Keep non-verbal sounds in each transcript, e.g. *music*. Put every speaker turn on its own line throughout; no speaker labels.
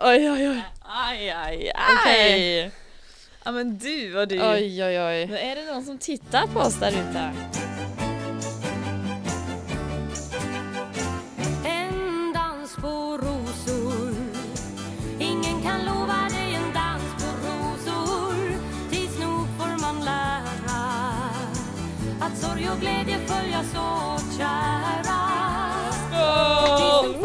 Oj, oj, oj.
Aj, aj,
Okej.
Ja, men du vad du.
Oj, oj, oj.
Nu är det någon som tittar på oss där ute.
En dans på rosor Ingen kan lova dig en dans på rosor Tids nog får man lära Att sorg och glädje följas åt kära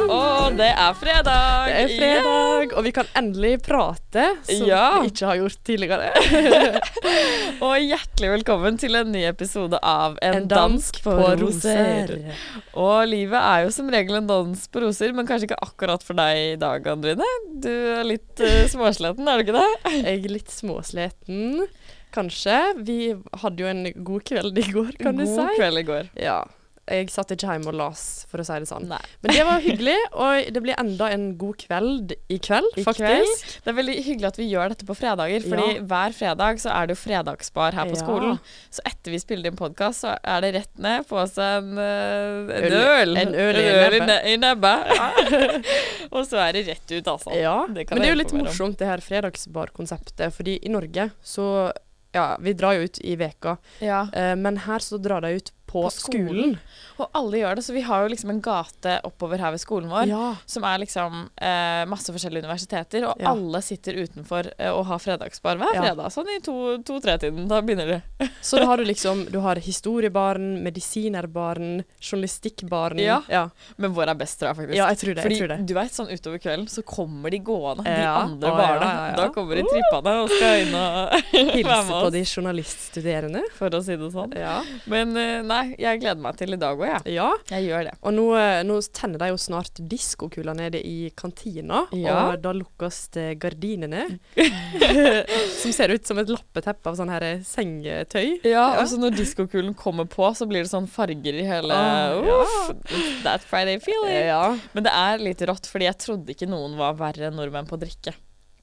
Åh, det er fredag!
Det er fredag, og vi kan endelig prate, som
Ja.
vi ikke har gjort tidligere.
Igjen. *laughs* Og hjertelig velkommen til en ny episode av En, dansk, på, roser. Og livet er jo som regel en dans på roser, men kanskje ikke akkurat for deg i dag, Andrine. Du er litt eh, småsliten, er du ikke det?
Jeg er litt småsliten, kanskje. Vi hadde jo en god kveld i går, kan du
God
si.
kveld i går.
Ja. Jeg satt ikke hjemme og las, for å si det sånn.
Nei.
Men det var hyggelig, og det blir enda en god kveld i kveld,
I
faktisk.
kveld. Det er veldig hyggelig at vi gjør dette på fredager, fordi
Ja.
hver fredag så er det jo fredagsbar her på
Ja.
skolen. Så etter vi spiller inn podkast, så er det rett ned på oss en, eh, en
Øl.
øl.
En øl i nebbet.
ne- i
*laughs*
nebbet. *laughs* Og så er det rett ut, altså.
Ja,
Det kan
men det er
jeg
jo litt
informere om.
morsomt det her fredagsbarkonseptet, fordi i Norge så Ja, vi drar jo ut i veka,
Ja.
eh, men her så drar de ut på,
På
skolen.
skolen. Og alle gjør det, så vi har jo liksom en gate oppover her ved skolen vår.
Ja.
Som er liksom eh, masse forskjellige universiteter, og
Ja.
alle sitter utenfor eh, og har fredagsbar hver
Ja.
fredag. Sånn i to- to-tre-tiden. da begynner det.
Så da har du liksom Du har historiebaren, medisinerbaren, journalistikkbaren.
Ja.
ja.
Men vår er best, tror jeg faktisk.
Ja, jeg tror det, jeg
Fordi
*laughs* tror det.
du vet, sånn utover kvelden så kommer de gående, de
Ja.
andre
Å,
barna.
ja, ja, ja.
Da kommer de trippende og skal inn
*laughs*
og være
Hilse
med
på
oss,
de journaliststuderende.
for å si det sånn.
Ja.
Men eh, nei, jeg gleder meg til i dag òg, jeg.
ja.
Jeg gjør det.
Og nå, eh, nå tenner de jo snart diskokula nede i kantina,
Ja.
og da lukkes det *laughs* gardinene. som ser ut som et lappeteppe av sånn her sengetøy.
Ja, og så når diskokulen kommer på, så blir det sånn farger i hele
Å, Ah, ja.
Uff, That Friday feeling.
Ja.
Men det er litt rått, fordi jeg trodde ikke noen var verre enn nordmenn på å drikke.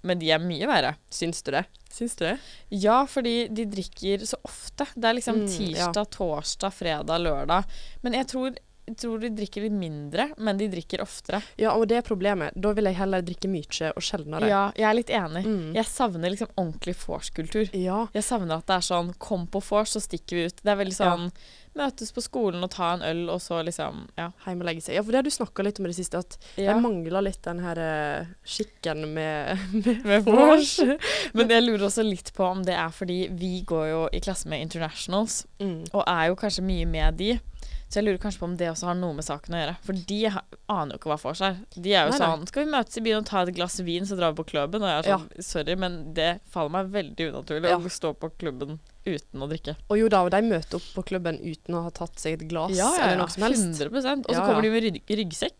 Men de er mye verre.
Syns du det? Syns du det?
Ja, fordi de drikker så ofte. Det er liksom
Mm, ja.
tirsdag, torsdag, fredag, lørdag. Men jeg tror, jeg tror de drikker litt mindre, men de drikker oftere.
Ja, og det er problemet. Da vil jeg heller drikke mye og sjeldnere.
Ja, jeg er litt enig.
Mm.
Jeg savner liksom ordentlig vors-kultur.
Ja.
Jeg savner at det er sånn kom på vors, så stikker vi ut. Det er veldig sånn møtes på skolen og ta en øl, og så liksom Ja.
Heim og legge seg. Ja, for det har du snakka litt om i det siste, at
Ja.
jeg mangler litt den her eh, skikken
*laughs*
med, med
Med
vors.
*laughs* Men jeg lurer også litt på om det er fordi vi går jo i klasse med internationals,
Mm.
og er jo kanskje mye med de. Så jeg lurer kanskje på om det også har noe med saken å gjøre. For de ha, aner jo ikke hva for seg. De er jo
Nei, nei.
sånn Skal vi møtes i byen og ta et glass vin, så drar vi på klubben? Og jeg er sånn Sorry, men det faller meg veldig unaturlig
Ja.
å stå på klubben uten å drikke.
Og jo da, og de møter opp på klubben uten å ha tatt seg et glass eller noe som helst.
100 Og så
Ja,
kommer de
ja.
med rygg ryggsekk.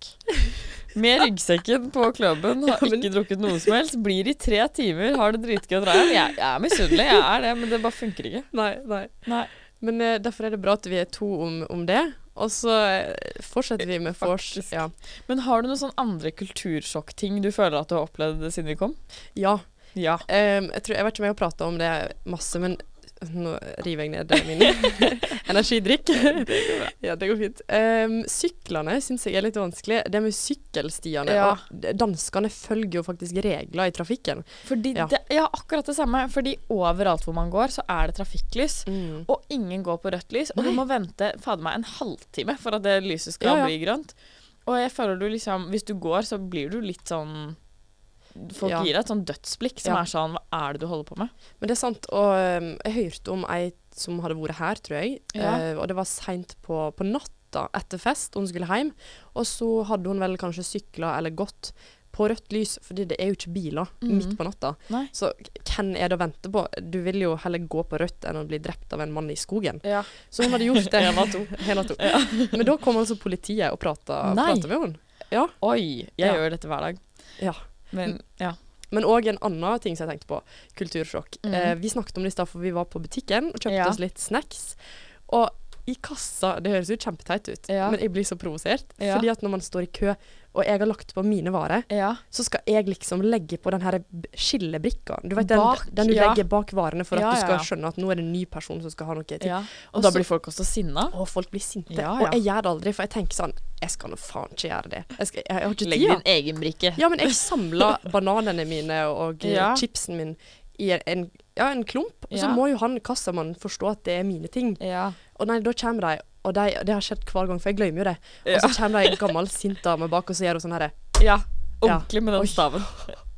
Med ryggsekken på klubben, har
Ja, men-
ikke drukket noe som helst. Blir i tre timer, har det dritgøy og drar hjem. Jeg, jeg er misunnelig, jeg er det, men det bare funker ikke.
Nei, nei.
Nei.
Men eh, derfor er det bra at vi er to om, om det. Og så eh, fortsetter vi med vors.
*laughs* Faktisk.
Ja.
Men har du noen sånn andre kultursjokkting du føler at du har opplevd siden vi kom?
ja.
Ja.
Ehm, jeg, tror, jeg vet ikke om jeg har prata om det masse, men *laughs* nå river jeg ned
*laughs*
min energidrikk. Det går bra. Ja, det går fint. Ehm, syklene syns jeg er litt vanskelig. Det med sykkelstiene
Ja.
og d- Danskene følger jo faktisk regler i trafikken.
*laughs* Fordi
Ja.
Det, ja, akkurat det samme. Fordi overalt hvor man går, så er det trafikklys. Og ingen går på rødt lys. Og du må vente fader meg en halvtime for at det lyset skal
Ja, ja.
bli grønt. Og jeg føler du liksom Hvis du går, så blir du litt sånn Folk
Ja.
gir deg et sånn dødsblikk som
Ja.
er sånn Hva er det du holder på med?
Men det er sant, og ehm, jeg hørte om ei som hadde vært her, tror jeg,
Ja.
Eh, og det var seint på, på natta etter fest, hun skulle hjem, og så hadde hun vel kanskje sykla eller gått på rødt lys, fordi det er jo ikke biler midt på natta.
Nei.
Så k- hvem er det å vente på? Du vil jo heller gå på rødt enn å bli drept av en mann i skogen.
Ja.
Så hun hadde gjort det. Hela to. Men da kom altså politiet og prata,
Nei.
prata med henne. Ja.
Oi! Jeg
Ja. Mm.
gjør dette hver dag.
ja.
Men ja.
Men òg en annen ting som jeg tenkte på. Kultursjokk.
Mhm.
Eh, vi snakket om det i stad, for vi var på butikken og kjøpte
Ja.
oss litt snacks. Og i kassa Det høres jo kjempeteit ut,
Ja.
men jeg blir så provosert.
Ja.
Fordi at når man står i kø, og jeg har lagt på mine varer,
ja.
så skal jeg liksom legge på den her b- skillebrikka. Du vet, den,
Bak,
den du
ja.
legger bak varene for at
Ja,
du skal
ja, ja.
skjønne at nå er det en ny person som skal ha noe til.
ja. Og,
Og
da
så-
blir folk også sinna.
Og folk blir sinte.
Ja, ja.
Og jeg gjør det aldri, for jeg tenker sånn Jeg skal nå faen ikke gjøre det. Jeg, skal, jeg, jeg har ikke
Legg
tida.
din egen brikke.
Ja, men jeg samla bananene mine og eh,
Ja.
chipsen min i en, en, ja, en klump. Og så
Ja.
må jo han kassamannen forstå at det er mine ting.
Ja.
Og nei, da kommer de, og de, det har skjedd hver gang, for jeg glemmer jo det. Og så kommer det ei gammel, sint dame bak, og så gjør hun sånn herre
Ja, ordentlig med den *laughs*
Oi.
staven.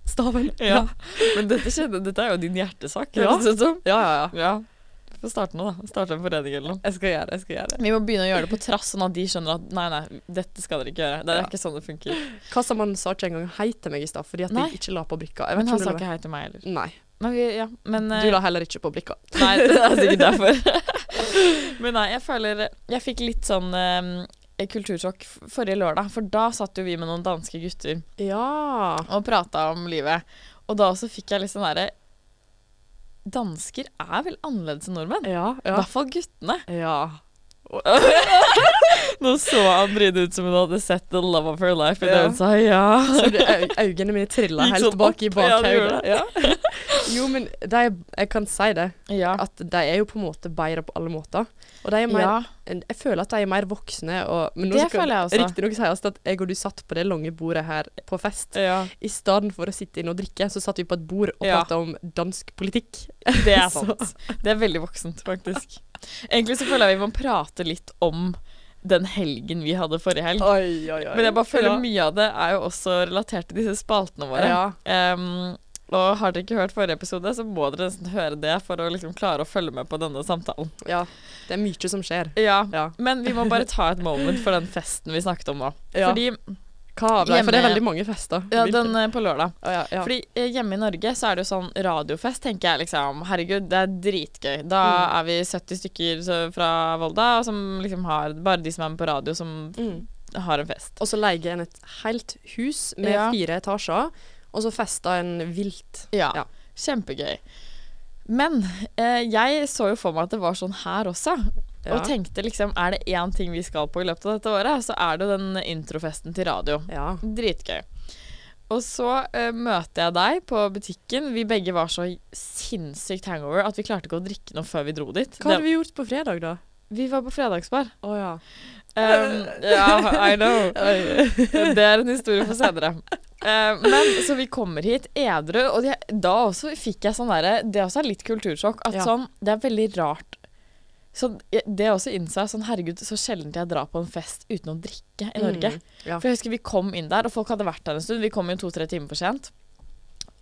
Staven.
Ja. Men dette, kjenner, dette er jo din hjertesak,
Ja.
høres det ut som.
Ja, ja, ja.
Ja. Du får starte nå, da. Starte en forening eller noe.
Jeg skal gjøre det. jeg skal gjøre det.
Vi må begynne å gjøre det på trass, sånn at de skjønner at nei, nei, dette skal dere ikke gjøre. Det er
Ja.
ikke sånn det funker.
Kassamannen sa ikke engang hei til meg i stad, fordi at
Nei.
jeg ikke la på brikka. Jeg vet
Men han
ikke om
sa
du la-
ikke hei til meg heller.
Nei.
Men vi, ja, men eh,
Du la heller ikke på brikka.
*laughs* Nei, det er sikkert derfor. *laughs* Men nei, jeg føler Jeg fikk litt sånn eh, kultursjokk f- forrige lørdag, for da satt jo vi med noen danske gutter
Ja.
og prata om livet. Og da også fikk jeg litt sånn derre Dansker er vel annerledes enn nordmenn?
Ja.
I
Ja.
hvert fall guttene.
ja.
Nå så Andrine ut som hun hadde sett the love of her life, og
Ja.
hun sa ja.
Så du, au- øynene mine trilla
Gikk
helt
sånn
bak i
opp, ja, det
bakhodet. Ja, *laughs* jo, men de, jeg kan si det,
Ja.
at de er jo på en måte bedre på alle måter. Og de er mer,
ja.
jeg føler at de er mer voksne. Og, men nå
Det
skal-
føler jeg også.
Riktignok sies det at jeg og du satt på det lange bordet her på fest.
ja.
I stedet for å sitte inne og drikke, så satt vi på et bord og
Ja.
prata om dansk politikk.
Det
*laughs*
er
Så-
sant. Det er veldig voksent, faktisk. Egentlig så føler jeg vi må prate litt om den helgen vi hadde forrige helg.
Oi, oi, oi.
Men jeg bare føler
ja.
mye av det er jo også relatert til disse spaltene våre.
Ja.
Ehm, og har dere ikke hørt forrige episode, så må dere nesten høre det for å liksom klare å følge med på denne samtalen.
ja. Det er mye som skjer.
Ja.
Ja.
Men vi må bare ta et moment for den festen vi snakket om nå.
Ja.
Fordi,
Hva av det? For det er
Hjemme-
veldig mange fester.
ja, den eh, på lørdag.
Å, ja, ja.
Fordi eh, hjemme i Norge så er det jo sånn radiofest, tenker jeg liksom. Herregud, det er dritgøy. Da er vi 70 stykker så- fra Volda som liksom har Bare de som er med på radio, som
Mm.
har en fest.
Og så leier en et helt hus med
Ja.
fire etasjer, og så fester en vilt.
Ja.
Ja.
Kjempegøy. Men eh, jeg så jo for meg at det var sånn her også.
Ja.
Og tenkte liksom, er det én ting vi skal på i løpet av dette året, så er det jo den introfesten til radio.
Ja.
Dritgøy. Og så eh, møter jeg deg på butikken. Vi begge var så sinnssykt hangover at vi klarte ikke å drikke noe før vi dro dit.
Hva hadde vi gjort på fredag, da?
Det- vi var på fredagsbar.
Å ja.
Um, ja, I know. *laughs* Det er en historie for senere. Eh, men så vi kommer hit edru, og det, da også fikk jeg sånn derre Det også er litt kultursjokk. At
Ja.
sånn Det er veldig rart. Så jeg- det også innså jeg sånn Herregud, så sjelden jeg drar på en fest uten å drikke i Norge.
Mm, ja.
For jeg husker vi kom inn der, og folk hadde vært der en stund. Vi kom jo to-tre timer for sent.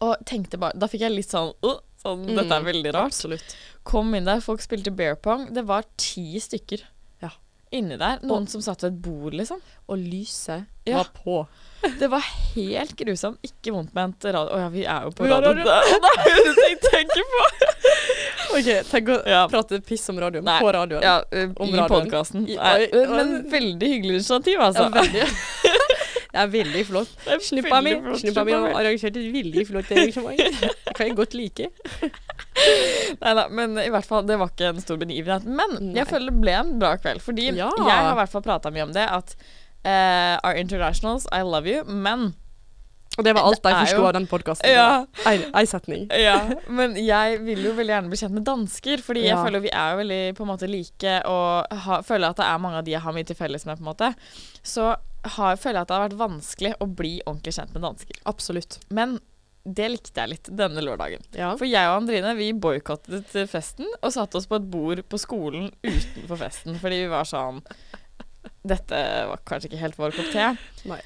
Og tenkte bare Da fikk jeg litt sånn «Åh, sånn,
Mm,
Dette er veldig rart.
Absolutt.
Kom inn der, folk spilte bear pong. Det var ti stykker
Ja.
inni der. Noen som satt ved et bord, liksom.
Og lyset
Ja.
var på.
Det var helt grusomt. Ikke vondt ment radio. Å ja, vi er jo på
Vi har
radio.
radio.
*laughs* Det er det eneste jeg tenker på.
OK, tenk å
Ja.
prate piss om radioen
Nei.
*laughs* på radioen.
Ja, eh,
Om
I
radioen.
podkasten.
I-
Nei,
oi, oi.
Men veldig hyggelig initiativ, altså.
Ja, *laughs* veldig. Det er veldig flott.
Det er
Snuppa mi
veldig flott.
snuppa mi har arrangert et veldig flott *laughs* arrangement. Det kan jeg godt like.
Neida, men i hvert fall, det var ikke en stor begivenhet. Men
Nei.
jeg føler det ble en bra kveld. Fordi
Ja.
jeg har i hvert fall prata mye om det, at eh, Our internationals, I love you, men
Og det var alt
Det
jeg
er
forsto
jo-
av den podkasten.
Ja.
Ei setning.
ja, Men jeg vil jo veldig gjerne bli kjent med dansker, fordi jeg
Ja.
føler vi er jo veldig på en måte like, og ha, føler at det er mange av de jeg har mye til felles med, på en måte. Så har, føler jeg at det har vært vanskelig å bli ordentlig kjent med dansker.
Absolutt.
Men det likte jeg litt denne lørdagen.
Ja.
For jeg og Andrine vi boikottet eh, festen og satte oss på et bord på skolen utenfor festen. Fordi vi var sånn Dette var kanskje ikke helt vår kopp te.
Nei.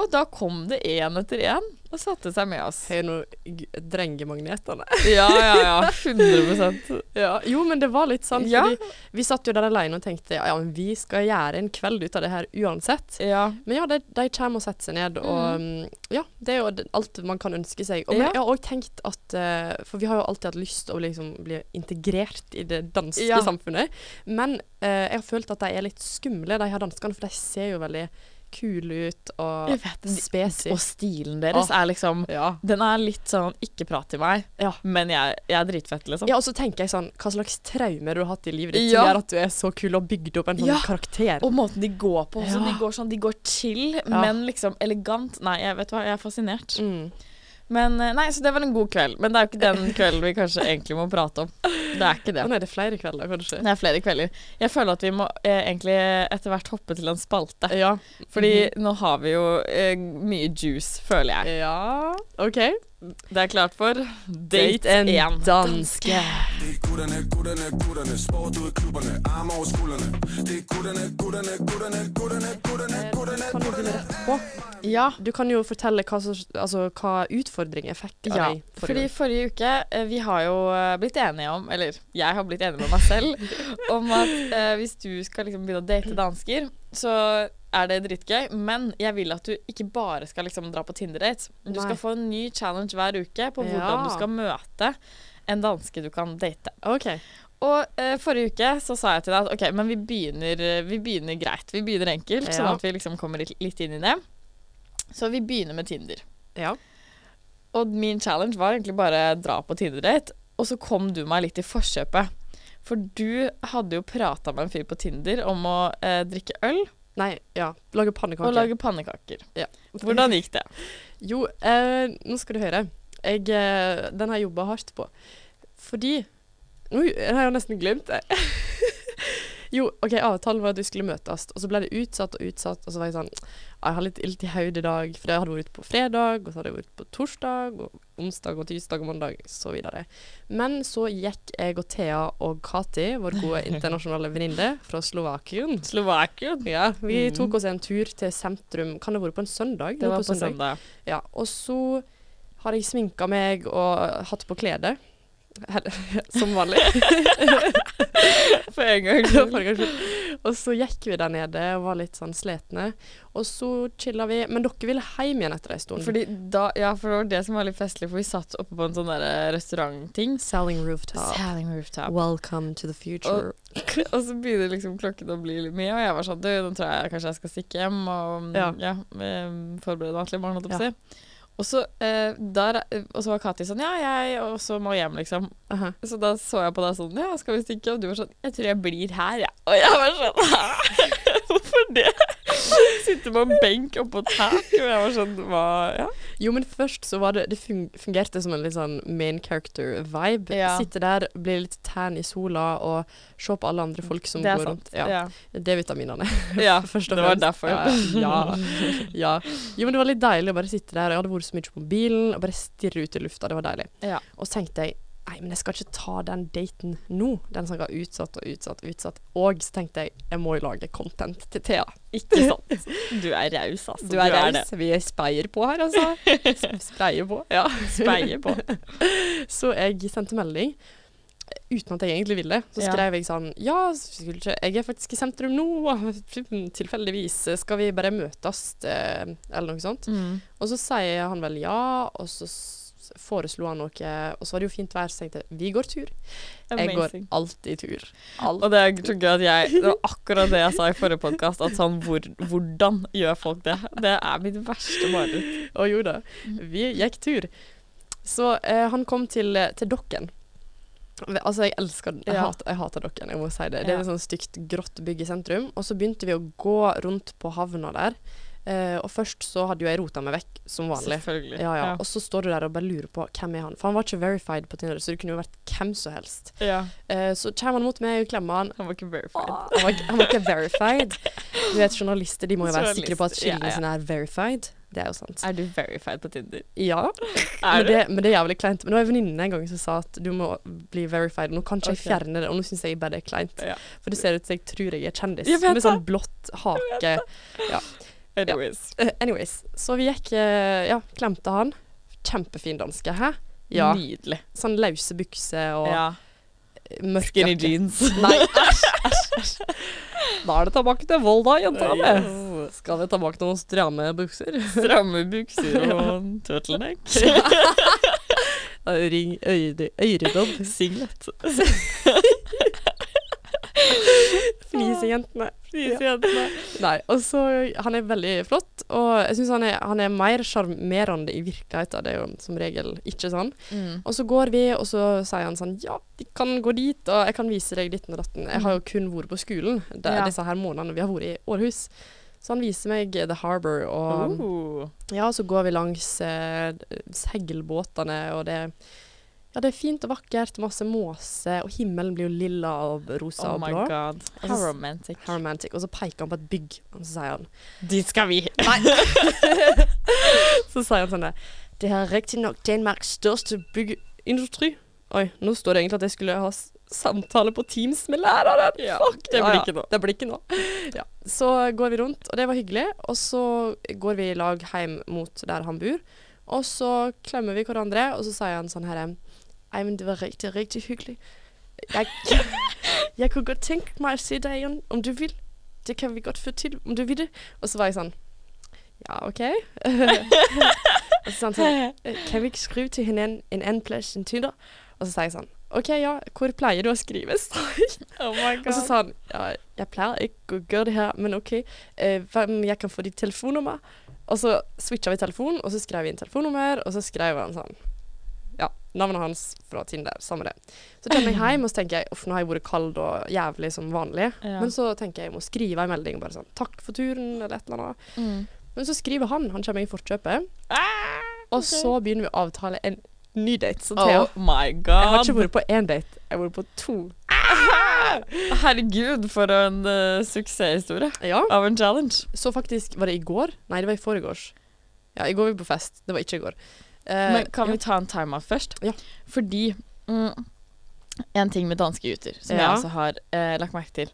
Og da kom det én etter én og satte seg med oss.
Har jo noe drengemagnetene.
Ja, ja, ja. *laughs* 100
*laughs* Ja, jo, men det var litt sånn,
Ja.
fordi vi satt jo der alene og tenkte ja, ja, men vi skal gjøre en kveld ut av det her uansett.
Ja.
Men ja, de, de kommer og setter seg ned, og mm, ja, det er jo d- alt man kan ønske seg. Og men
Ja.
jeg har òg tenkt at eh, For vi har jo alltid hatt lyst til å bli, liksom, bli integrert i det danske
Ja.
samfunnet. Men eh, jeg har følt at de er litt skumle, de her danskene, for de ser jo veldig kule ut og
Jeg vet det.
spesifikke.
Og stilen deres er liksom
Ja.
Den er litt sånn ikke prat til meg,
Ja.
men jeg, jeg er dritfett, liksom.
Ja, og så tenker jeg sånn, hva slags traumer du har hatt i livet ditt
Ja.
som gjør at du er så kul og har bygd opp en sånn
Ja.
karakter?
Og måten de går på også.
Ja.
De går sånn, de går chill, men liksom elegant. Nei, jeg vet hva, jeg er fascinert.
Mm.
Men eh, nei, så det var en god kveld. Men det er jo ikke den kvelden vi kanskje egentlig må prate om. Det er ikke det.
Å nei, det er flere kvelder, kanskje.
Det er flere kvelder. Jeg føler at vi må eh, egentlig etter hvert hoppe til en spalte.
Ja.
Fordi nå har vi jo eh, mye juice, føler jeg.
Ja OK.
Det er klart for date
Date and
én.
danske.
Det er gutterne, gutterne, gutterne. Sport ud i klubberne, arme over skuldrene. Det er gutterne, gutterne, gutterne, gutterne, gutterne, gutterne,
Eh, Kan du begynne
gutterne.
rett på?
Ja,
Du kan jo fortelle hva, som- altså, hva utfordringer jeg fikk av
ja.
deg
Fordi
forrige gang.
forrige uke eh, Vi har jo eh, blitt enige om Eller jeg har blitt enig med meg
*laughs*
selv om at eh, hvis du skal liksom begynne å date dansker, så er det dritgøy. Men jeg vil at du ikke bare skal liksom dra på Tinder-dates. Du
Nei.
skal få en ny challenge hver uke på hvordan
Ja.
du skal møte en danske du kan date.
OK.
Og eh, forrige uke så sa jeg til deg at ok, men vi begynner, eh, vi begynner greit. Vi begynner enkelt,
Ja.
sånn at vi liksom kommer litt- litt inn i det. Så vi begynner med Tinder.
Ja.
Og min challenge var egentlig bare dra på Tinder-date, og så kom du meg litt i forkjøpet. For du hadde jo prata med en fyr på Tinder om å eh, drikke øl
Nei, ja. Lage pannekaker.
og lage pannekaker.
Ja.
Hvordan gikk det?
Jo, eh, nå skal du høre. Jeg, eh, den har jeg jobba hardt på. Fordi Nå har jeg nesten glemt det. *laughs* jo, OK, avtalen var at vi skulle møtes, og så ble det utsatt og utsatt, og så var jeg sånn «Ah, Jeg har litt ilt i hodet i dag, for jeg hadde vært ute på fredag, og så hadde jeg vært på torsdag, og onsdag og tirsdag og mandag, så videre. Men så gikk jeg og Thea og Kati, vår
*laughs*
gode internasjonale venninne fra Slovakien
Mm. Slovakia. Mm.
Ja, vi tok oss en tur til sentrum. Kan det ha vært på en søndag?
Det
Jo,
var på søndag.
ja, og så har jeg sminka meg og hatt på klede. Her- *laughs* Som vanlig.
*laughs* For en gang.
*laughs* Forrige gang. og så gikk vi der nede og var litt sånn sletne. Og så chilla vi. Men dere ville hjem igjen etter ei stund.
Fordi da, ja, for det var det som var litt festlig, for vi satt oppe på en sånn der restaurantting.
Selling rooftop.
Sailing rooftop.
Welcome to the future.
Og så begynner liksom klokken å bli litt mye, og jeg var sånn Du, nå tror jeg kanskje jeg skal stikke hjem og ja.
Ja.
em, forberede meg til i morgen, holdt jeg på å si. Og så, eh, der, og så var Kati sånn Ja, jeg også må hjem, liksom.
Aha.
Så da så jeg på deg sånn Ja, skal vi stikke? Og du var sånn Jeg tror jeg blir her, jeg. Og jeg var sånn Hæ? *laughs* Hvorfor det? Sitte på en benk oppå tak, og jeg var sånn Hva Ja.
Jo, men først så var det Det fun- fungerte som en litt sånn main character-vibe.
Ja.
Sitte der, bli litt tan i sola og se på alle andre folk som
det
går
er sant.
rundt. Ja.
ja.
*laughs* D-vitaminene.
Ja,
Først og
det var
fremst.
derfor. *laughs*
Ja, ja, *laughs* ja. Jo, men det var litt deilig å bare sitte der. og Jeg hadde vært så mye på mobilen og bare stirre ut i lufta. Det var deilig.
Ja.
Og så tenkte jeg nei, men jeg skal ikke ta den daten nå. Den som var utsatt og utsatt og utsatt. Og så tenkte jeg jeg må jo lage content til Thea.
Ikke
*laughs*
sant. Du er raus, altså.
Du er raus. Vi speier på her, altså. Sp- *laughs* Spreier på. Ja.
Speier på.
*laughs* Så jeg sendte melding. Uten at jeg egentlig ville. Så
Ja.
skrev jeg sånn Ja, skulle ikke, jeg er faktisk i sentrum nå. og *laughs* Tilfeldigvis. Skal vi bare møtes? eh, Eller noe sånt.
Mm.
Og så sier han vel ja, og så s- foreslo han noe, og så var det jo fint vær, så tenkte jeg vi går tur. Jeg går
Amazing.
alltid tur. *laughs*
Og det er så gøy at jeg Det var akkurat det jeg sa i forrige podkast, at sånn hvor, hvordan gjør folk det? Det er mitt verste mareritt.
Og jo da,
Mm.
vi gikk tur. Så eh, han kom til, til dokken. Ve- Altså, jeg elsker den. Jeg,
Ja.
hater, jeg hater dokken, jeg må si det. Det
Ja.
er et sånn stygt, grått bygg i sentrum. Og så begynte vi å gå rundt på havna der. Eh, og først så hadde jo jeg rota meg vekk, som vanlig.
Selvfølgelig.
Ja, ja. Og så står du der og bare lurer på hvem er han. For han var ikke verified på Tinder, så det kunne jo vært hvem som helst.
Ja. Ja.
Eh, så kommer han mot meg og klemmer han.
Han var ikke verified.
Han var, ikke- han var ikke verified. Du vet, Journalister de må jo være
Journalist,
sikre på at kildene
ja, ja.
sine er verified. Det er jo sant.
Er du verified på Tinder?
Ja,
Er
men
du?
det, men det er jævlig kleint. Men det var en venninne en gang som sa at du må bli verified. Nå kan ikke jeg
Ok.
fjerne det, og nå syns jeg bare det er kleint.
Ja.
For det ser ut som jeg tror jeg er kjendis,
Jeg vet
med sånn blått hake.
Anyways.
Eh, Anyways, så vi gikk eh, Ja, klemte han. Kjempefin danske, hæ? Ja.
Nydelig.
Sånn løse bukser og
Ja.
mørk
Skinny
jakke.
jeans.
Nei, æsj, æsj, æsj. Da er det tilbake til vold, da, jenta mi.
*laughs* Yes.
Skal vi tilbake til noen stramme bukser?
Stramme bukser og en
*laughs*
turtleneck.
Ring øyredobb.
Singlet.
Fnisejentene.
Frisjentene.
Nei, og så Han er veldig flott, og jeg syns han, er- han er mer sjarmerende i virkeligheten. Det er jo som regel ikke sånn.
Mm.
Og så går vi, og så sier han sånn Ja, vi kan gå dit, og jeg kan vise deg ditten og datten. Jeg har jo kun vært på skolen det,
Ja.
disse her månedene vi har vært i Århus. Så han viser meg The Harbour, og
Oh.
ja, så går vi langs eh, seilbåtene, og det ja, det er fint og vakkert, masse måse, og himmelen blir jo lilla og rosa
Oh
og
my
blå.
god.
How
How romantic.
How romantic. Og så peker han på et bygg, og så sier han
Dit skal
*laughs*
vi.
Så sier han sånn der Det her er riktignok Danmarks største byggeindustri. Oi, nå står det egentlig at jeg skulle ha s- samtale på Teams med læreren.
Ja,
Fuck!
det blir ikke nå.
Det blir ikke nå. Ja. Så går vi rundt, og det var hyggelig. Og så går vi i lag hjem mot der han bor. Og så klemmer vi hverandre, og så sier han sånn her Nei, men det var riktig, riktig hyggelig.
*laughs*
Jeg, jeg kunne godt tenke meg å se deg igjen, om du vil. Det kan vi godt få til, om du vil det. Og så var jeg sånn Ja, OK. og så sa han sånn «Eh, Kan vi ikke skrive til hverandre en annen plass enn Tinder? Og så sa jeg sånn OK, ja, hvor pleier du å skrive? *laughs* sa jeg.
Oh my god.
Og så sa han ja, jeg pleier ikke å gjøre det her, men OK, eh, hva om jeg kan få ditt telefonnummer? Og så switcha vi telefon, og så skrev vi inn telefonnummer, og så skrev han sånn Ja, navnet hans fra Tinder, samme det. Så kommer jeg hjem, og så tenker jeg uff, nå har jeg vært kald og jævlig som vanlig.
Ja.
Men så tenker jeg jeg må skrive en melding, bare sånn takk for turen, eller et eller annet.
Mm.
Men så skriver han, han kommer i forkjøpet,
Ah,
og så begynner vi å avtale en ny date. Så Thea,
Oh my
jeg har ikke
god.
vært på én date, jeg har vært på to.
*laughs* Herregud, for en eh, suksesshistorie
Ja.
av en challenge.
Så faktisk, var det i går? Nei, det var i forgårs. Ja, i går var vi på fest. Det var ikke i går. Eh,
Men kan
ja.
vi ta en timeout først?
Ja.
Fordi mm, En ting med danske gutter, som jeg
Ja.
også har eh, lagt merke til.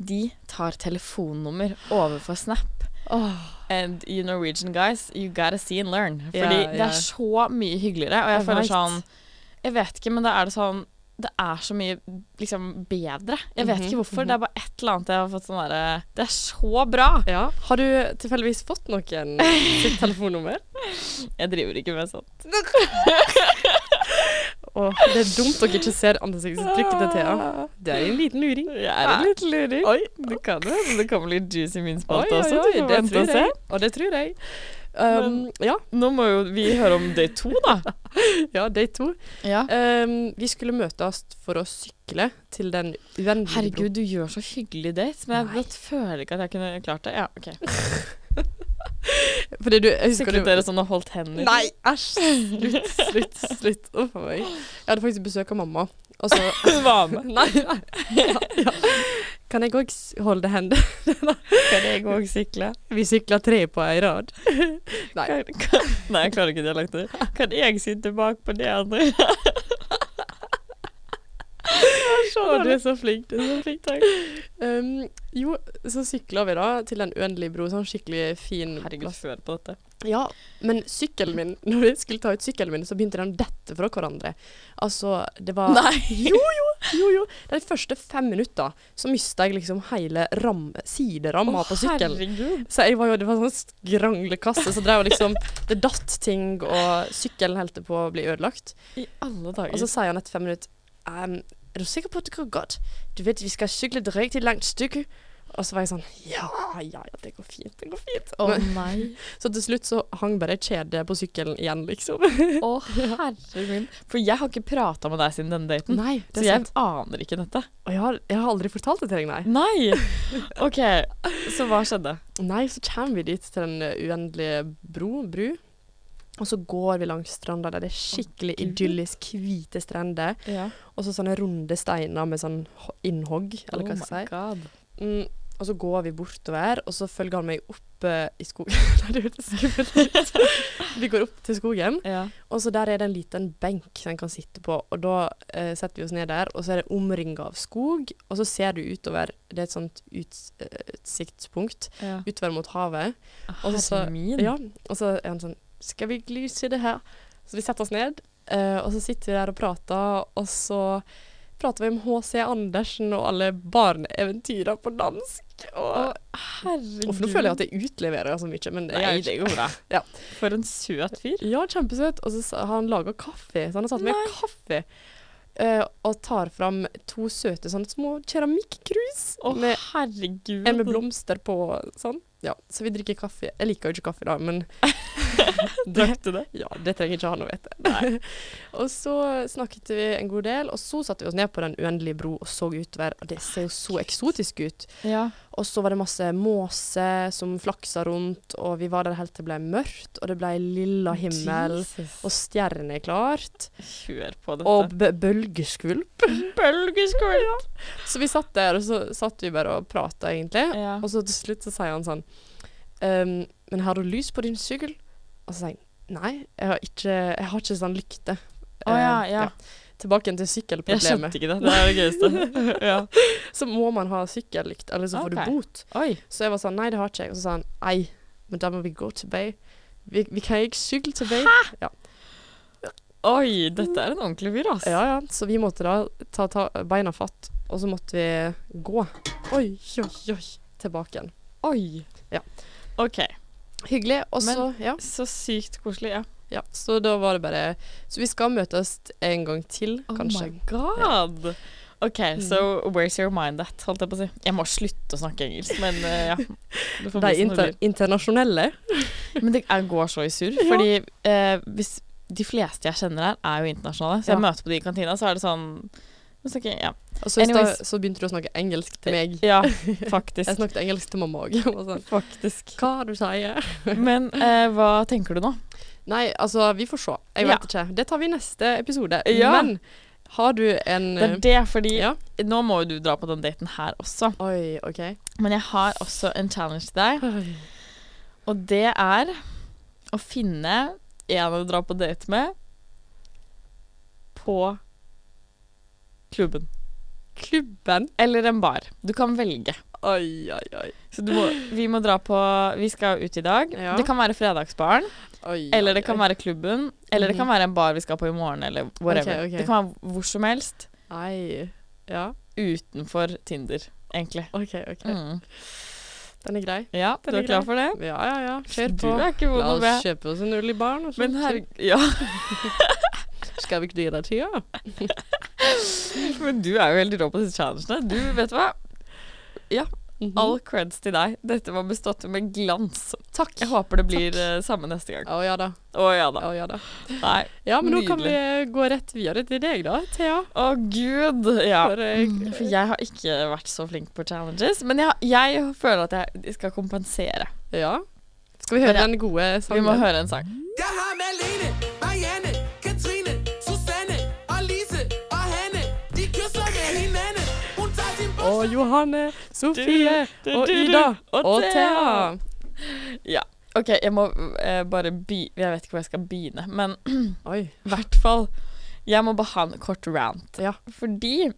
De tar telefonnummer overfor Snap.
Åh,
And you Norwegian guys, you gotta see and learn. Fordi
Ja,
det
ja.
er så mye hyggeligere. Og jeg,
Jeg
føler
vet.
sånn Jeg vet ikke, men da er det sånn det er så mye liksom, bedre. Jeg vet
Mhm,
ikke hvorfor. Det er bare et eller annet jeg har fått sånn derre Det er så bra!
ja. Har du tilfeldigvis fått *laughs* noen sitt telefonnummer?
Jeg driver ikke med sånt.
Åh, det er dumt dere ikke ser ansiktsuttrykket til Thea. Det er en liten luring.
Ah, Jeg er en litt luring. Oi, det kan jo hende det kommer litt juicy min
Oi,
spalte
oi,
også.
oi,
Du får
det
vente og
tror
se.
jeg. Og det tror jeg. Um, ja,
Nå må jo vi høre om day to, da.
*laughs* ja, de to.
Ja.
Um, vi skulle møtes for å sykle til den uendelige bro.
Herregud, du gjør så hyggelig dates, men jeg
Nei.
vet- føler ikke at jeg kunne klart det. Ja, ok.
Fordi du, jeg husker
Siklet
du-
dere sånn og holdt hender?
Nei, æsj! Slutt, slutt, slutt. Uff a meg. Jeg hadde faktisk besøk av mamma, og så
*laughs* Du var med.
Nei, nei. *laughs* Ja, ja. Kan jeg òg holde hender?
Kan jeg òg sikle?
Vi sykla tre på ei
*laughs*
rad. Nei.
Kan, kan, nei, jeg klarer ikke dialekter. Kan jeg sitte bak på de andre?
Å, du er så flink. Du er så flink.
Takk.
Um, jo, så sykla vi da til Den uendelige bro, sånn skikkelig fin
Herregud,
plass.
hør på dette.
Ja, men sykkelen min, *laughs* når vi skulle ta ut sykkelen min, så begynte den å dette fra hverandre. Altså, det var Jo, jo, *laughs* jo, jo. De første fem minutta så mista jeg liksom hele ram, sideramma på sykkelen.
herregud.
Så jeg var jo, det var sånn skranglekasse, så drev jeg *laughs* liksom Det datt ting, og sykkelen holdt på å bli ødelagt.
I alle
Og
dager.
så sier han etter fem minutter «Ehm, Er du sikker på at det går godt? Du vet vi skal sykle et riktig langt stykke. Og så var jeg sånn Ja, ja, ja, det går fint. Det går fint.
Å
Men,
nei.
så til slutt så hang bare et kjede på sykkelen igjen, liksom.
Å herre min. For jeg har ikke prata med deg siden den daten.
*laughs* Nei,
Så
det er
jeg
sant.
aner ikke dette.
Og jeg har, jeg har aldri fortalt det til deg, nei.
Nei! OK, så hva skjedde?
Nei, så kommer vi dit til den eh, uendelige bro, bru. Og så går vi langs stranda der det er skikkelig
Gud.
idyllisk hvite strender.
Ja.
Og så sånne runde steiner med sånn ho- innhogg, eller hva skal
Oh
jeg si.
god.
Mm, og så går vi bortover, og så følger han meg opp eh, i skogen. *laughs* Nei, det hørtes skummelt ut. vi går opp til skogen,
*laughs* Ja.
og så der er det en liten benk som en kan sitte på. Og da eh, setter vi oss ned der, og så er det omringa av skog, og så ser du utover. Det er et sånt uts eh, utsiktspunkt
ja.
utover mot havet. Og så-
Herre min.
Ja, og så er han sånn Skal vi lyse det her? Så vi setter oss ned, eh, og så sitter vi der og prater, og så prater vi om H.C. Andersen og alle barneeventyra på dansk.
Å,
Og,
herregud.
Uff, nå føler jeg at jeg utleverer så mye, men jeg,
Nei, det går bra.
Ja.
For en søt fyr.
Ja, kjempesøt. Og så sa- har han laga kaffe, så han har satt med
Nei.
kaffe. eh, og tar fram to søte sånne små keramikkrus.
Å,
med-
herregud. *laughs*
en med blomster på og sånn. Ja, så vi drikker kaffe. Jeg liker jo ikke kaffe, da, men
Drakk du det?
Ja, det trenger ikke han å vite. *laughs* og så snakket vi en god del, og så satte vi oss ned på Den uendelige bro og så utover. Og det ser jo så eksotisk ut.
Ja.
Og så var det masse måser som flaksa rundt, og vi var der helt til det ble mørkt, og det ble lilla himmel, og stjernene er klart,
Hør på dette.
og b bølgeskvulp.
bølgeskvulp!
Så vi satt der, og så satt vi bare og prata, egentlig.
Ja.
Og så til slutt så sier han sånn ehm, Men har du lys på din sykkel? Og så sier han nei, jeg har ikke, jeg har ikke sånn lykte.
Å ja,
Eh,
ja.
Tilbake igjen til
Jeg
sykkelproblemet.
skjønte ikke det. Det er det gøyeste.
*laughs*
ja.
Så må man ha sykkellykt, eller så får
Ok.
du bot.
Oi.
Så jeg var sånn nei, det har ikke jeg. Og så sa han nei, men da må vi gå tilbake. Vi, vi kan ikke sykle tilbake.
Oi, dette er en ordentlig fyr, ass.
Ja, ja. Så vi måtte da ta, ta beina fatt, og så måtte vi gå. Oi, oi, oi. Tilbake igjen.
Oi.
Ja.
OK.
Hyggelig. Og så,
Men-
ja.
Så sykt koselig, ja.
ja. Så da var det bare Så vi skal møtes en gang til, kanskje.
Oh my god! OK, so
Mm.
where's your mind at, holdt jeg på å si. Jeg må slutte å snakke engelsk, men eh, ja. Det får
De
bli som det
inter internasjonelle.
blir. Men det jeg går så i surr, fordi eh, hvis de fleste jeg kjenner her, er jo internasjonale. Så jeg
Ja.
møter på de i kantina, så er det sånn Nå snakker jeg, ja.
Og så, Altså, i
Anyways. Eh,
stad så begynte du å snakke engelsk til meg. *laughs*
ja,
Jeg
faktisk.
snakket engelsk til mamma *laughs* òg. Sånn,
Faktisk.
Hva er det du sier?
Men eh, hva tenker du nå?
Nei, altså, vi får se. Jeg
Ja.
vet ikke. Det tar vi i neste episode.
Ja.
Men har du en
Det er det, fordi
Ja.
nå må jo du dra på den daten her også.
Oi, OK.
Men jeg har også en challenge til deg. Og det er å finne en å dra på date med på klubben.
Klubben.
Eller en bar. Du kan velge.
Oi, oi, oi.
Så du må, vi må dra på Vi skal ut i dag.
Ja.
Det kan være Fredagsbaren,
oi
eller det kan være klubben. Eller det kan være en bar vi skal på i morgen, eller whatever.
Mhm. Ok, ok.
Det kan være hvor som helst
Nei. Ja,
utenfor Tinder, egentlig.
OK. ok.
Mm.
Den er grei.
Ja, du
Den er
er klar for det?
Ja, ja, ja. Kjør
Du
på.
er ikke vond
La
å
oss
be.
kjøpe oss en øl i baren, og så
Men herregud Ja, *laughs*
skal vi ikke gi deg tida.
men du er jo helt rå på disse challengene. Du, vet du hva?
Mhm.
All creds til deg. Dette var bestått med glans.
Takk.
Jeg håper det blir eh, samme neste gang.
Å ja da.
Å ja da.
Å ja da.
Nei.
Ja, men nå kan vi
Nydelig.
gå rett videre til deg, da, Thea.
Å gud. Ja. Mm.
For, eh,
For jeg har ikke vært så flink på challenges, men jeg, jeg føler at jeg skal kompensere.
Ja. Skal vi høre
Men ja,
den gode
Vi
sangen?
må høre en sang.
Jeg har Malene, Marianne, Katrine, Susanne og Lise og Hanne. De kysser med hinanden. Hun tager sin bukser
Og Johanne, Sofie
Du, du,
og
du, du,
Ida
og
og
Thea.
Thea.
Ja. OK, jeg må eh, bare by... Jeg vet ikke hvor jeg skal begynne, men *clears throat*
Oi.
i hvert fall Jeg må bare ha en kort rant.
Ja.
Fordi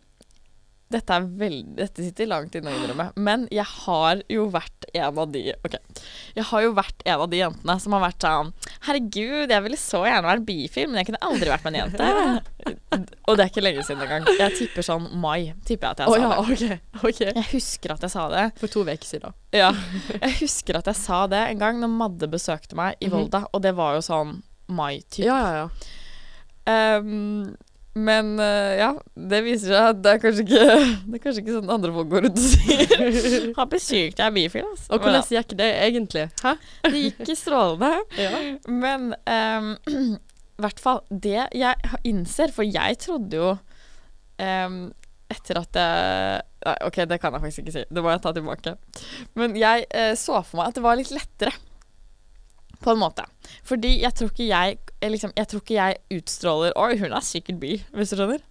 dette, er veld... dette sitter langt inne å innrømme, men jeg har jo vært en av de Ok. Jeg har jo vært en av de jentene som har vært sånn Herregud, jeg ville så gjerne vært bifil, men jeg kunne aldri vært med en jente.
*laughs*
Og det er ikke lenge siden engang. Jeg tipper sånn mai. tipper jeg at
Å
jeg sa
ja,
det.
OK. ok. *laughs*
Jeg husker at jeg sa det.
For to uker siden.
Ja. Jeg husker at jeg sa det en gang når Madde besøkte meg i
Mhm.
Volda, og det var jo sånn mai, typ.
Ja, ja, ja.
Ehm, men eh, ja, det viser seg at det er kanskje ikke, *laughs* det er kanskje ikke sånn andre folk går rundt og
*laughs*
sier. Har besøkt deg bifil, altså.
*laughs* Og hvordan gikk det egentlig? Hæ?
Men ja, det gikk strålende.
Ja.
Men ehm, *clears throat* i hvert fall det jeg innser, for jeg trodde jo ehm, etter at jeg Nei, OK, det kan jeg faktisk ikke si. Det må jeg ta tilbake. Men jeg eh, så for meg at det var litt lettere, på en måte. Fordi jeg tror ikke jeg eh, liksom, Jeg tror ikke jeg utstråler Oi, hun er sikkert bi, hvis du skjønner.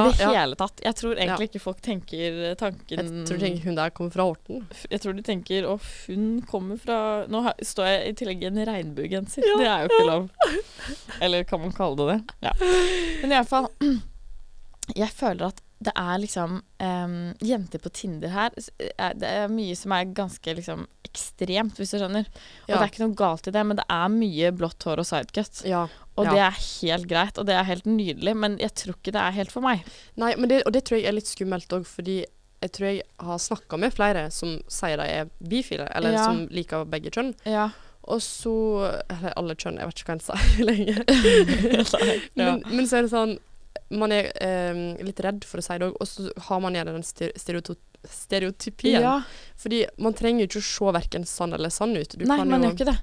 I det
ja.
hele tatt. Jeg tror egentlig ikke folk tenker eh,
Jeg
tanken
tror ikke hun der kommer fra Horten.
f- jeg tror de tenker Å, hun kommer fra Nå har- står jeg i tillegg i en regnbuegenser. det er jo ikke lov. Eller kan man kalle det det? Ja. Men i alle fall *clears throat* Jeg føler at det er liksom em, Jenter på Tinder her s- er- Det er mye som er ganske liksom ekstremt, hvis du skjønner. Og
Ja.
det er ikke noe galt i det, men det er mye blått hår og sidecut.
Ja.
Og
Ja.
det er helt greit, og det er helt nydelig, men jeg tror ikke det er helt for meg.
Nei, men det, og det tror jeg er litt skummelt òg, fordi jeg tror jeg har snakka med flere som sier de er bifile, eller
Ja.
som liker begge kjønn.
*laughs* Ja.
Og så Eller alle kjønn, jeg vet ikke hva en sier *laughs* lenger.
Ja.
men, men så er det sånn Man er ehm, eh, litt redd for å si det òg, og så har man gjerne den stereo- stereotypien.
ja.
Fordi man trenger jo ikke å se verken sann eller sann ut. Du
Nei,
kan
man
jo,
gjør ikke det.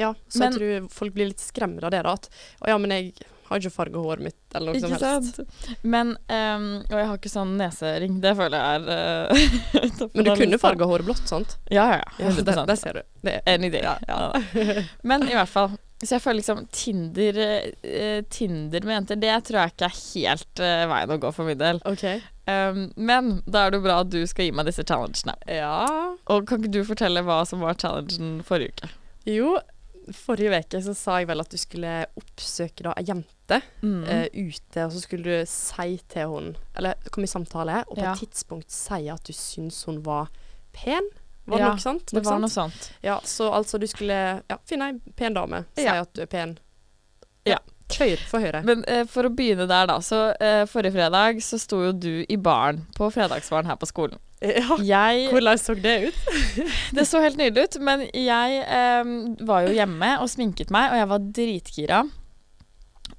Ja, så
Men-
jeg tror folk blir litt skremt av det. da, At å ja, men jeg har ikke farga håret mitt, eller noe
Ikke
som helst.
sant? Men, ehm, og jeg har ikke sånn nesering. Det føler jeg er eh, *laughs* toppen
Men du
av
kunne
lista.
farga håret blått, sant?
Ja, ja. ja.
Ja, der,
100%.
der ser du. Det er
Any day. Ja. Men i hvert fall. Så jeg føler liksom Tinder, eh, Tinder med jenter, det tror jeg ikke er helt eh, veien å gå for min del.
OK.
Ehm, men da er det jo bra at du skal gi meg disse challengene.
Ja.
Og kan ikke du fortelle hva som var challengen forrige uke?
Jo, forrige uke så sa jeg vel at du skulle oppsøke da ei jente eh,
Mm.
ute, og så skulle du si til hun Eller komme i samtale, og på
Ja.
et tidspunkt si at du syns hun var pen. Var det
Ja,
nok sant?
det
Nok
var
sant?
noe sånt.
Ja, så altså du skulle ja, finne ei pen dame, si
Ja.
at du er pen.
Ja.
Kjør, få høre.
Men eh, for å begynne der, da. Så eh, forrige fredag så sto jo du i baren på fredagsbaren her på skolen.
*laughs* *laughs* Ja,
*laughs* Jeg
hvordan så det ut?
Det så helt nydelig ut, men jeg em, var jo hjemme og sminket meg, og jeg var dritgira.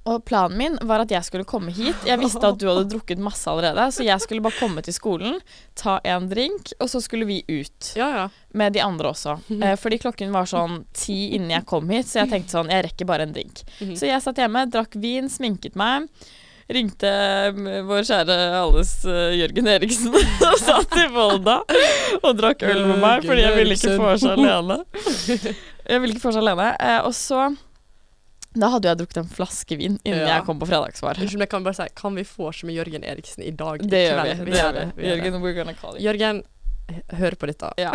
Og planen min var at jeg skulle komme hit. Jeg visste at du hadde drukket masse allerede, så jeg skulle bare komme til skolen, ta en drink, og så skulle vi ut.
Ja, ja.
Med de andre også. Eh, fordi klokken var sånn ti innen jeg kom hit, så jeg tenkte sånn, jeg rekker bare en drink.
Mhm.
Så jeg satt hjemme, drakk vin, sminket meg. Ringte mm, vår kjære alles eh, Jørgen Eriksen *laughs* og satt i Volda og drakk øl med meg, fordi jeg ville ikke få seg alene. Jeg ville ikke få seg alene. Eh, og så Da hadde jeg drukket en flaske vin innen
Ja.
jeg kom på fredagsbar.
Unnskyld, men jeg kan bare si, kan vi få som Jørgen Eriksen i dag? i
Det gjør vi.
kveld?
det gjør vi.
gjør det.
Jørgen, we're gonna call you.
Jørgen, h- hør på dette.
Ja.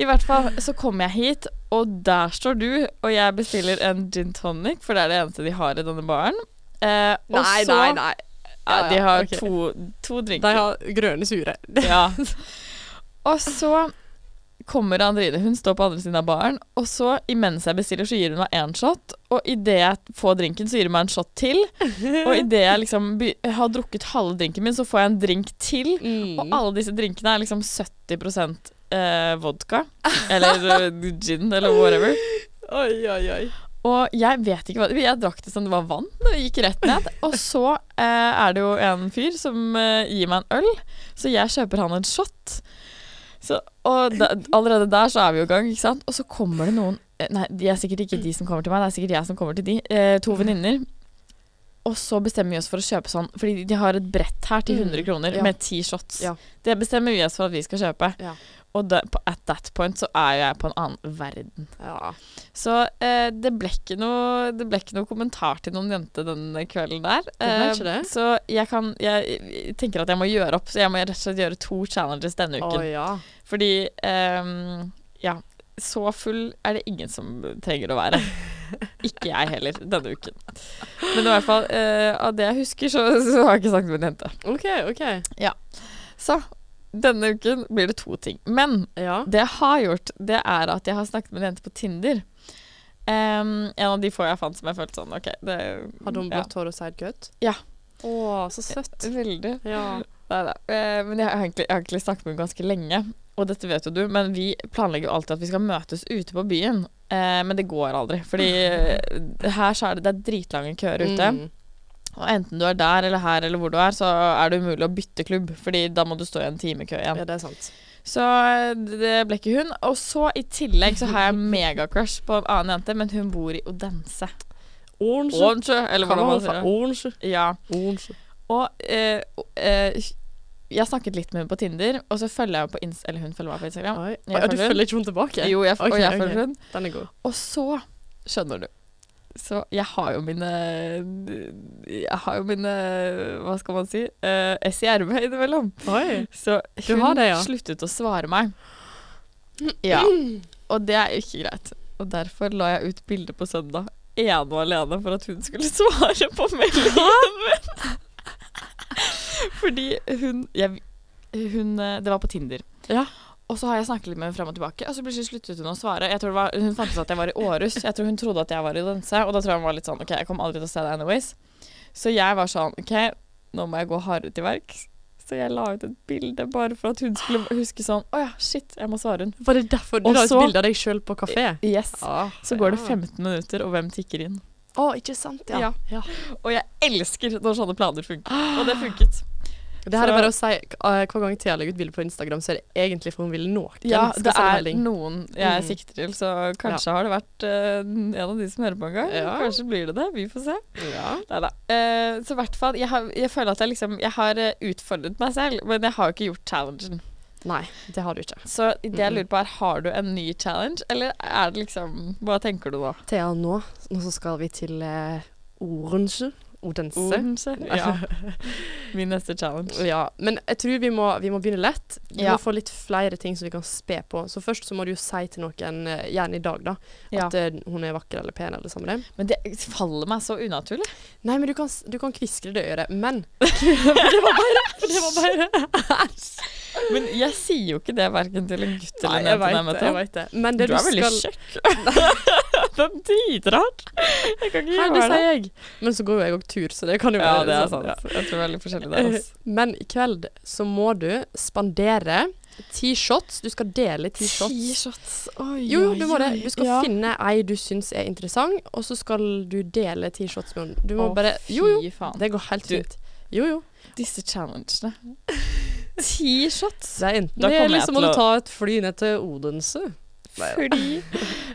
I hvert fall så kommer jeg hit, og der står du, og jeg bestiller en gin tonic, for det er det eneste de har i denne baren. Eh, og
Nei,
så,
nei, nei.
Ja,
Ja,
de
ja,
har
ok.
to, to
De
drinker.
har grønne sure.
*laughs* Ja. *laughs* Og så kommer Andrine, hun står på andre siden av baren, og så imens jeg bestiller, så gir hun meg én shot, og idet jeg får drinken, så gir hun meg en shot til, og idet jeg liksom be- har drukket halve drinken min, så får jeg en drink til.
Mm.
Og alle disse drinkene er liksom 70 eh, vodka. Eller eh, gin, eller whatever.
Oi, oi, oi.
Og jeg vet ikke hva Jeg drakk det som det var vann. Det gikk rett ned. Og så eh, er det jo en fyr som eh, gir meg en øl, så jeg kjøper han en shot. Så, og da, allerede der så er vi jo i gang, ikke sant. Og så kommer det noen eh, Nei, de er sikkert ikke de som kommer til meg, det er sikkert jeg som kommer til de. Eh, to venninner. Og så bestemmer vi oss for å kjøpe sånn, fordi de har et brett her til 100 kroner
Mm. ja.
med ti shots.
Ja.
Det bestemmer vi oss for at vi skal kjøpe.
Ja.
Og da, på, at that point så er jeg på en annen verden.
Ja.
Så eh, det, ble ikke noe, det ble ikke noe kommentar til noen jente den kvelden der. Eh,
ble ikke det?
så jeg, kan, jeg, jeg tenker at jeg må gjøre opp, så jeg må rett og slett gjøre to challenges denne
Å
uken.
ja.
Fordi eh, ja, så full er det ingen som trenger å
*laughs*
være. Ikke jeg heller, denne uken. Men i hvert fall, eh, av det jeg husker, så, så har jeg ikke snakket med en jente.
OK, OK.
Så denne uken blir det to ting. Men
Ja.
det jeg har gjort, det er at jeg har snakket med en jente på Tinder. Em, en av de få jeg fant som jeg følte sånn OK, det
Hadde hun blått hår og sidecut?
Ja.
Å, så søtt.
Ja, veldig.
Ja.
Neida. Eh, men jeg har, egentlig, jeg har egentlig snakket med henne ganske lenge, og dette vet jo du, men vi planlegger jo alltid at vi skal møtes ute på byen. Eh, men det går aldri, fordi eh, her så er det, det er dritlange køer ute.
Mm.
Og enten du er der eller her eller hvor du er, så er det umulig å bytte klubb, fordi da må du stå i en time i kø igjen.
Ja, det er sant.
Så eh, det ble ikke hun. Og så i tillegg så har jeg megacrush på en annen jente, men hun bor i Odense.
Orange.
Orange, eller
Kan
hvordan
man
man
fra
sier det.
orange?
Ja.
Orange.
Og eh, eh, jeg snakket litt med henne på Tinder, og så følger jeg henne på Inst eller hun følger meg på Instagram.
Oi.
Jeg
Ja, du
følger-
følger ikke henne tilbake?
Jo, jeg,
Ok,
og jeg
ok.
følger hun.
Den er god.
Og så skjønner du. Så jeg har jo mine Jeg har jo mine Hva skal man si? Eh, ess i ermet innimellom.
Oi.
Så
Du
hun
har det, ja.
sluttet å svare meg. Ja. Og det er ikke greit. Og derfor la jeg ut bilde på søndag ene og alene for at hun skulle *laughs* svare på meldingen min. Fordi hun, jeg, hun eh, Det var på Tinder.
Ja.
Og så har jeg snakket litt med henne frem og tilbake, og så plutselig sluttet hun å svare. Jeg tror det var, Hun fant ut at jeg var i Århus. Jeg tror hun trodde at jeg var i Lense, og da tror jeg hun var litt sånn OK, jeg kommer aldri til å se deg anyways. Så jeg var sånn OK, nå må jeg gå hardere til verks. Så jeg la ut et bilde bare for at hun *gasps* skulle huske sånn Å ja, shit, jeg må svare hun.
Var det derfor du
Og
la ut
så-
bilde av deg sjøl på kafé?
Yes.
Ah,
Så går det
ja.
15 minutter, og hvem tikker inn?
Å, ikke sant, ja.
*gasps* Ja. Og jeg elsker når sånne planer funker. Og det funket.
Det her
Så-
er bare å si k- eh, Hver gang Thea legger ut bilde på Instagram, så er det egentlig for hun vil nå noen.
Ja,
skal
det
sende
er
melding.
noen jeg
Mm.
sikter til, så kanskje har det vært eh, en av de som hører på en gang.
Ja.
Kanskje blir det det. Vi får se.
ja.
Neida. Eh, så i hvert fall, jeg, har, jeg føler at jeg liksom Jeg har eh, utfordret meg selv, men jeg har jo ikke gjort challengen.
Nei, det har du ikke.
Så det jeg
Mm.
lurer på er, har du en ny challenge, eller er det liksom Hva tenker du nå?
Thea, nå, nå så skal vi til eh, Orange. Odense.
Odense? Ja. Min neste challenge.
*laughs* Ja, men jeg tror vi må, vi må begynne lett. Vi
Ja.
må få litt flere ting som vi kan spe på. Så først så må du jo si til noen, eh, gjerne i dag, da,
Ja.
at eh, hun er vakker eller pen eller samme det.
Men det faller meg så unaturlig. *laughs*
Nei, men du kan, s- du kan kviskre det i øret. Men
Det var bare Men jeg sier jo ikke det verken til en gutt eller en jente. når jeg møter ham.
vet det. Men det
Du
du,
er veldig
skal
kjekk. *laughs* det er dritrart. Jeg kan ikke
Nei, det
gjøre det.
sier jeg. Men så går jo jeg òg tur, så det kan jo
Ja,
være
det er
sånn,
sant.
ja.
Jeg tror vi er litt forskjellige der. Altså.
*laughs* Men i kveld så må du spandere ti shots. Du skal dele ti shots.
shots. Oi,
Jo, jo, du må det. Du skal
ja.
finne ei du syns er interessant, og så skal du dele ti shots med henne. Du må bare Jo, jo.
Fy faen.
Det går helt
Du-
fint. Jo, jo.
Disse challengene.
*laughs*
Ti shots.
Det er enten
Da
det,
kommer
eller
jeg
så
til
må du
å-
ta et fly ned til Odense.
Fordi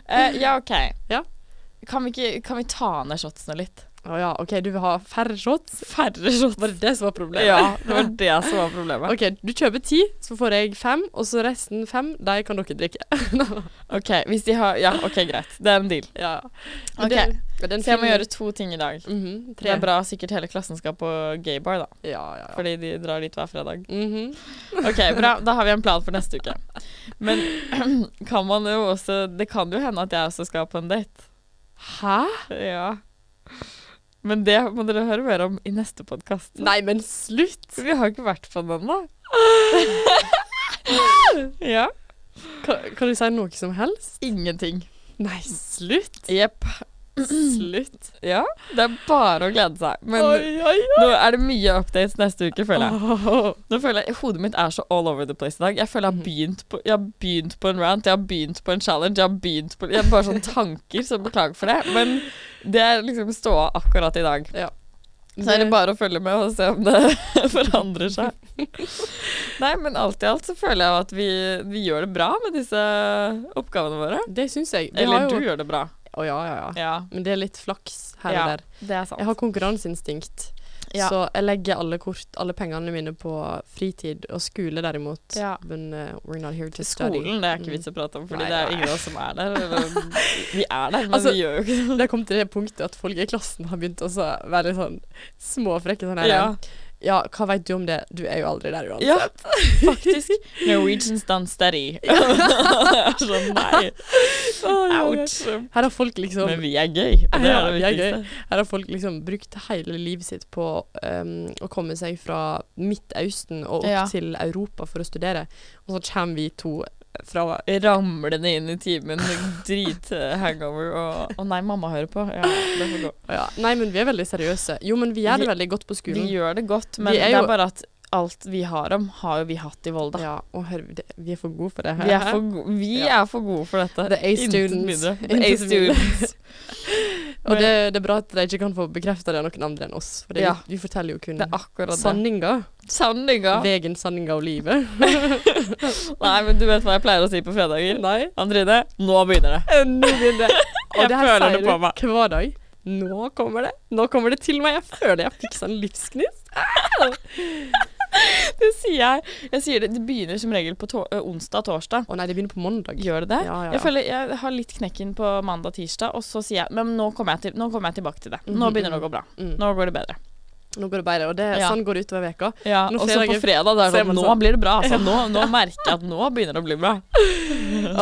Eh, Ja, OK.
Ja.
Kan vi, ikke, kan vi ta ned shotsene litt?
Å ja, OK, du vil ha færre shots?
Færre shots.
Var det det som var problemet?
Ja, det var det som var problemet.
OK, du kjøper ti, så får jeg fem, og så resten fem, de kan dere drikke.
OK, hvis de har Ja, OK, greit. Det er en deal.
ja.
Ok.
den
Så jeg må
filmen-
gjøre to ting i dag.
Mhm,
Det
tre.
er bra sikkert hele klassen skal på gaybar, da.
Ja, ja, ja.
Fordi de drar dit hver fredag.
Mhm.
Ok, bra. Da har vi en plan for neste uke. Men *clears throat* kan man jo også Det kan jo hende at jeg også skal på en date.
Hæ?
Ja. Men det må dere høre mer om i neste podkast.
Nei, men slutt!
Vi har ikke vært på den ennå.
*laughs*
ja.
Kan, kan du si noe som helst?
Ingenting.
Nei, slutt!
Jepp.
Slutt.
Ja. Det er bare å glede seg. Men
oi, oi,
nå er det mye updates neste uke, føler jeg.
oi.
Nå føler jeg, Hodet mitt er så all over the place i dag. Jeg føler jeg har begynt på, jeg har begynt på en rant, jeg har begynt på en challenge. Jeg har begynt på jeg har bare sånne tanker, så beklager for det. Men det er liksom ståa akkurat i dag.
Ja.
Så er det bare å følge med og se om det *laughs* forandrer seg. *laughs* Nei, men alt i alt så føler jeg jo at vi, vi gjør det bra med disse oppgavene våre.
Det syns jeg. Vi har
Eller
jo-
du gjør det bra.
Å ja, ja, ja.
Ja,
Men det er litt flaks her
ja
og der.
det er sant.
Jeg har konkurranseinstinkt.
Ja.
Så jeg legger alle kort, alle pengene mine på fritid og skole derimot.
Ja.
Men uh, we're not here to study. *laughs*
Skolen det er ikke vits å prate om, Fordi
Nei,
det er
nei.
ingen av oss som er *laughs* der. Eller, vi er der, men
Altså,
vi gjør jo ikke det.
Det kom til det punktet at folk i klassen har begynt å så være litt sånn småfrekke. Sånn her,
Ja.
ja, hva veit du om det? Du er jo aldri der uansett.
Ja,
*laughs*
faktisk. Norwegians don't *laughs* study. sånn, nei. Ouch.
Her har folk liksom
Men vi er gøy, og det
Ja,
er det
vi er gøy.
viktigste.
Her har folk liksom brukt hele livet sitt på ehm, å komme seg fra Midtøsten og opp
Ja.
til Europa for å studere, og så kommer vi to fra
Ramlende inn i timen, drithangover og Å nei, mamma hører på. Ja, det får gå.
ja. Nei, men vi er veldig seriøse. Jo, men vi gjør det veldig godt på
Vi
skolen.
gjør det godt, men
Vi er
det
jo-
er bare at alt vi har om, har jo vi hatt i Volda.
Ja, og hør, det, vi er for gode for det her.
Vi er for, go vi
Ja.
er for gode for dette.
The A students.
The A
Intet mindre. *laughs*
students.
og det, det er bra at de ikke kan få bekrefta det av noen andre enn oss, for det,
Ja.
vi, vi forteller jo kun
Det er akkurat det.
sanninga.
Sanninga.
Vegen, sanninga og livet.
Nei, men du vet hva jeg pleier å si på fredager? *laughs* Nei. Andrine, nå begynner det.
Nå begynner det. *laughs* Og
Jeg
det her
føler det
sier
på
du
meg.
Hver dag. Nå kommer det. Nå kommer det til meg. Jeg føler jeg fiksa en livsgnist.
Det sier jeg. Jeg sier det, det begynner som regel på to ø, onsdag torsdag.
Å nei, det begynner på mandag.
Gjør det det?
Ja, ja, ja.
Jeg føler jeg har litt knekken på mandag tirsdag, og så sier jeg men nå kommer jeg, til, nå kommer jeg tilbake til det. Nå
Mhm,
begynner det å
mhm,
gå bra.
mm.
Nå går det bedre.
Nå går det bedre, og det,
Ja.
sånn går det utover veka.
Ja,
Når
og så på
fredagen-
fredag det er
så er
sånn
man
Nå
sånn-
blir det bra. Altså, nå, nå merker jeg at nå begynner det å bli bra.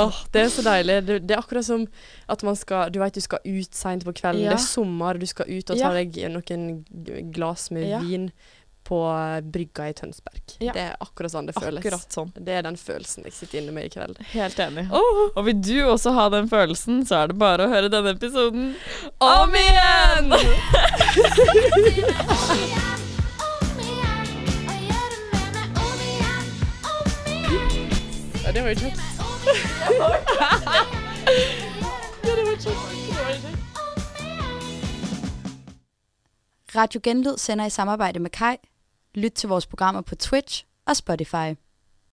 Åh, det er så deilig. Det, det er akkurat som at man skal Du vet du skal ut seint på kvelden.
Ja.
Det er sommer, du skal ut og
Ja.
ta deg noen g- glass med
Ja.
vin på brygga i Tønsberg.
Ja.
Det er akkurat sånn *laughs* det føles.
Akkurat sånn.
Det er den følelsen jeg sitter inne med i kveld.
Helt enig. Og vil du også ha den følelsen, så er det bare å høre denne episoden
Om
Om igjen, om igjen,
igjen!
og gjør det med meg om igjen, om igjen.
Ja, det var jo kjekt.
Om igjen, om igjen, og gjør det med meg om igjen, om igjen. Om igjen.
Radio Genlyd sender i samarbejde med Kai. Lyt til vores programmer på Twitch og Spotify.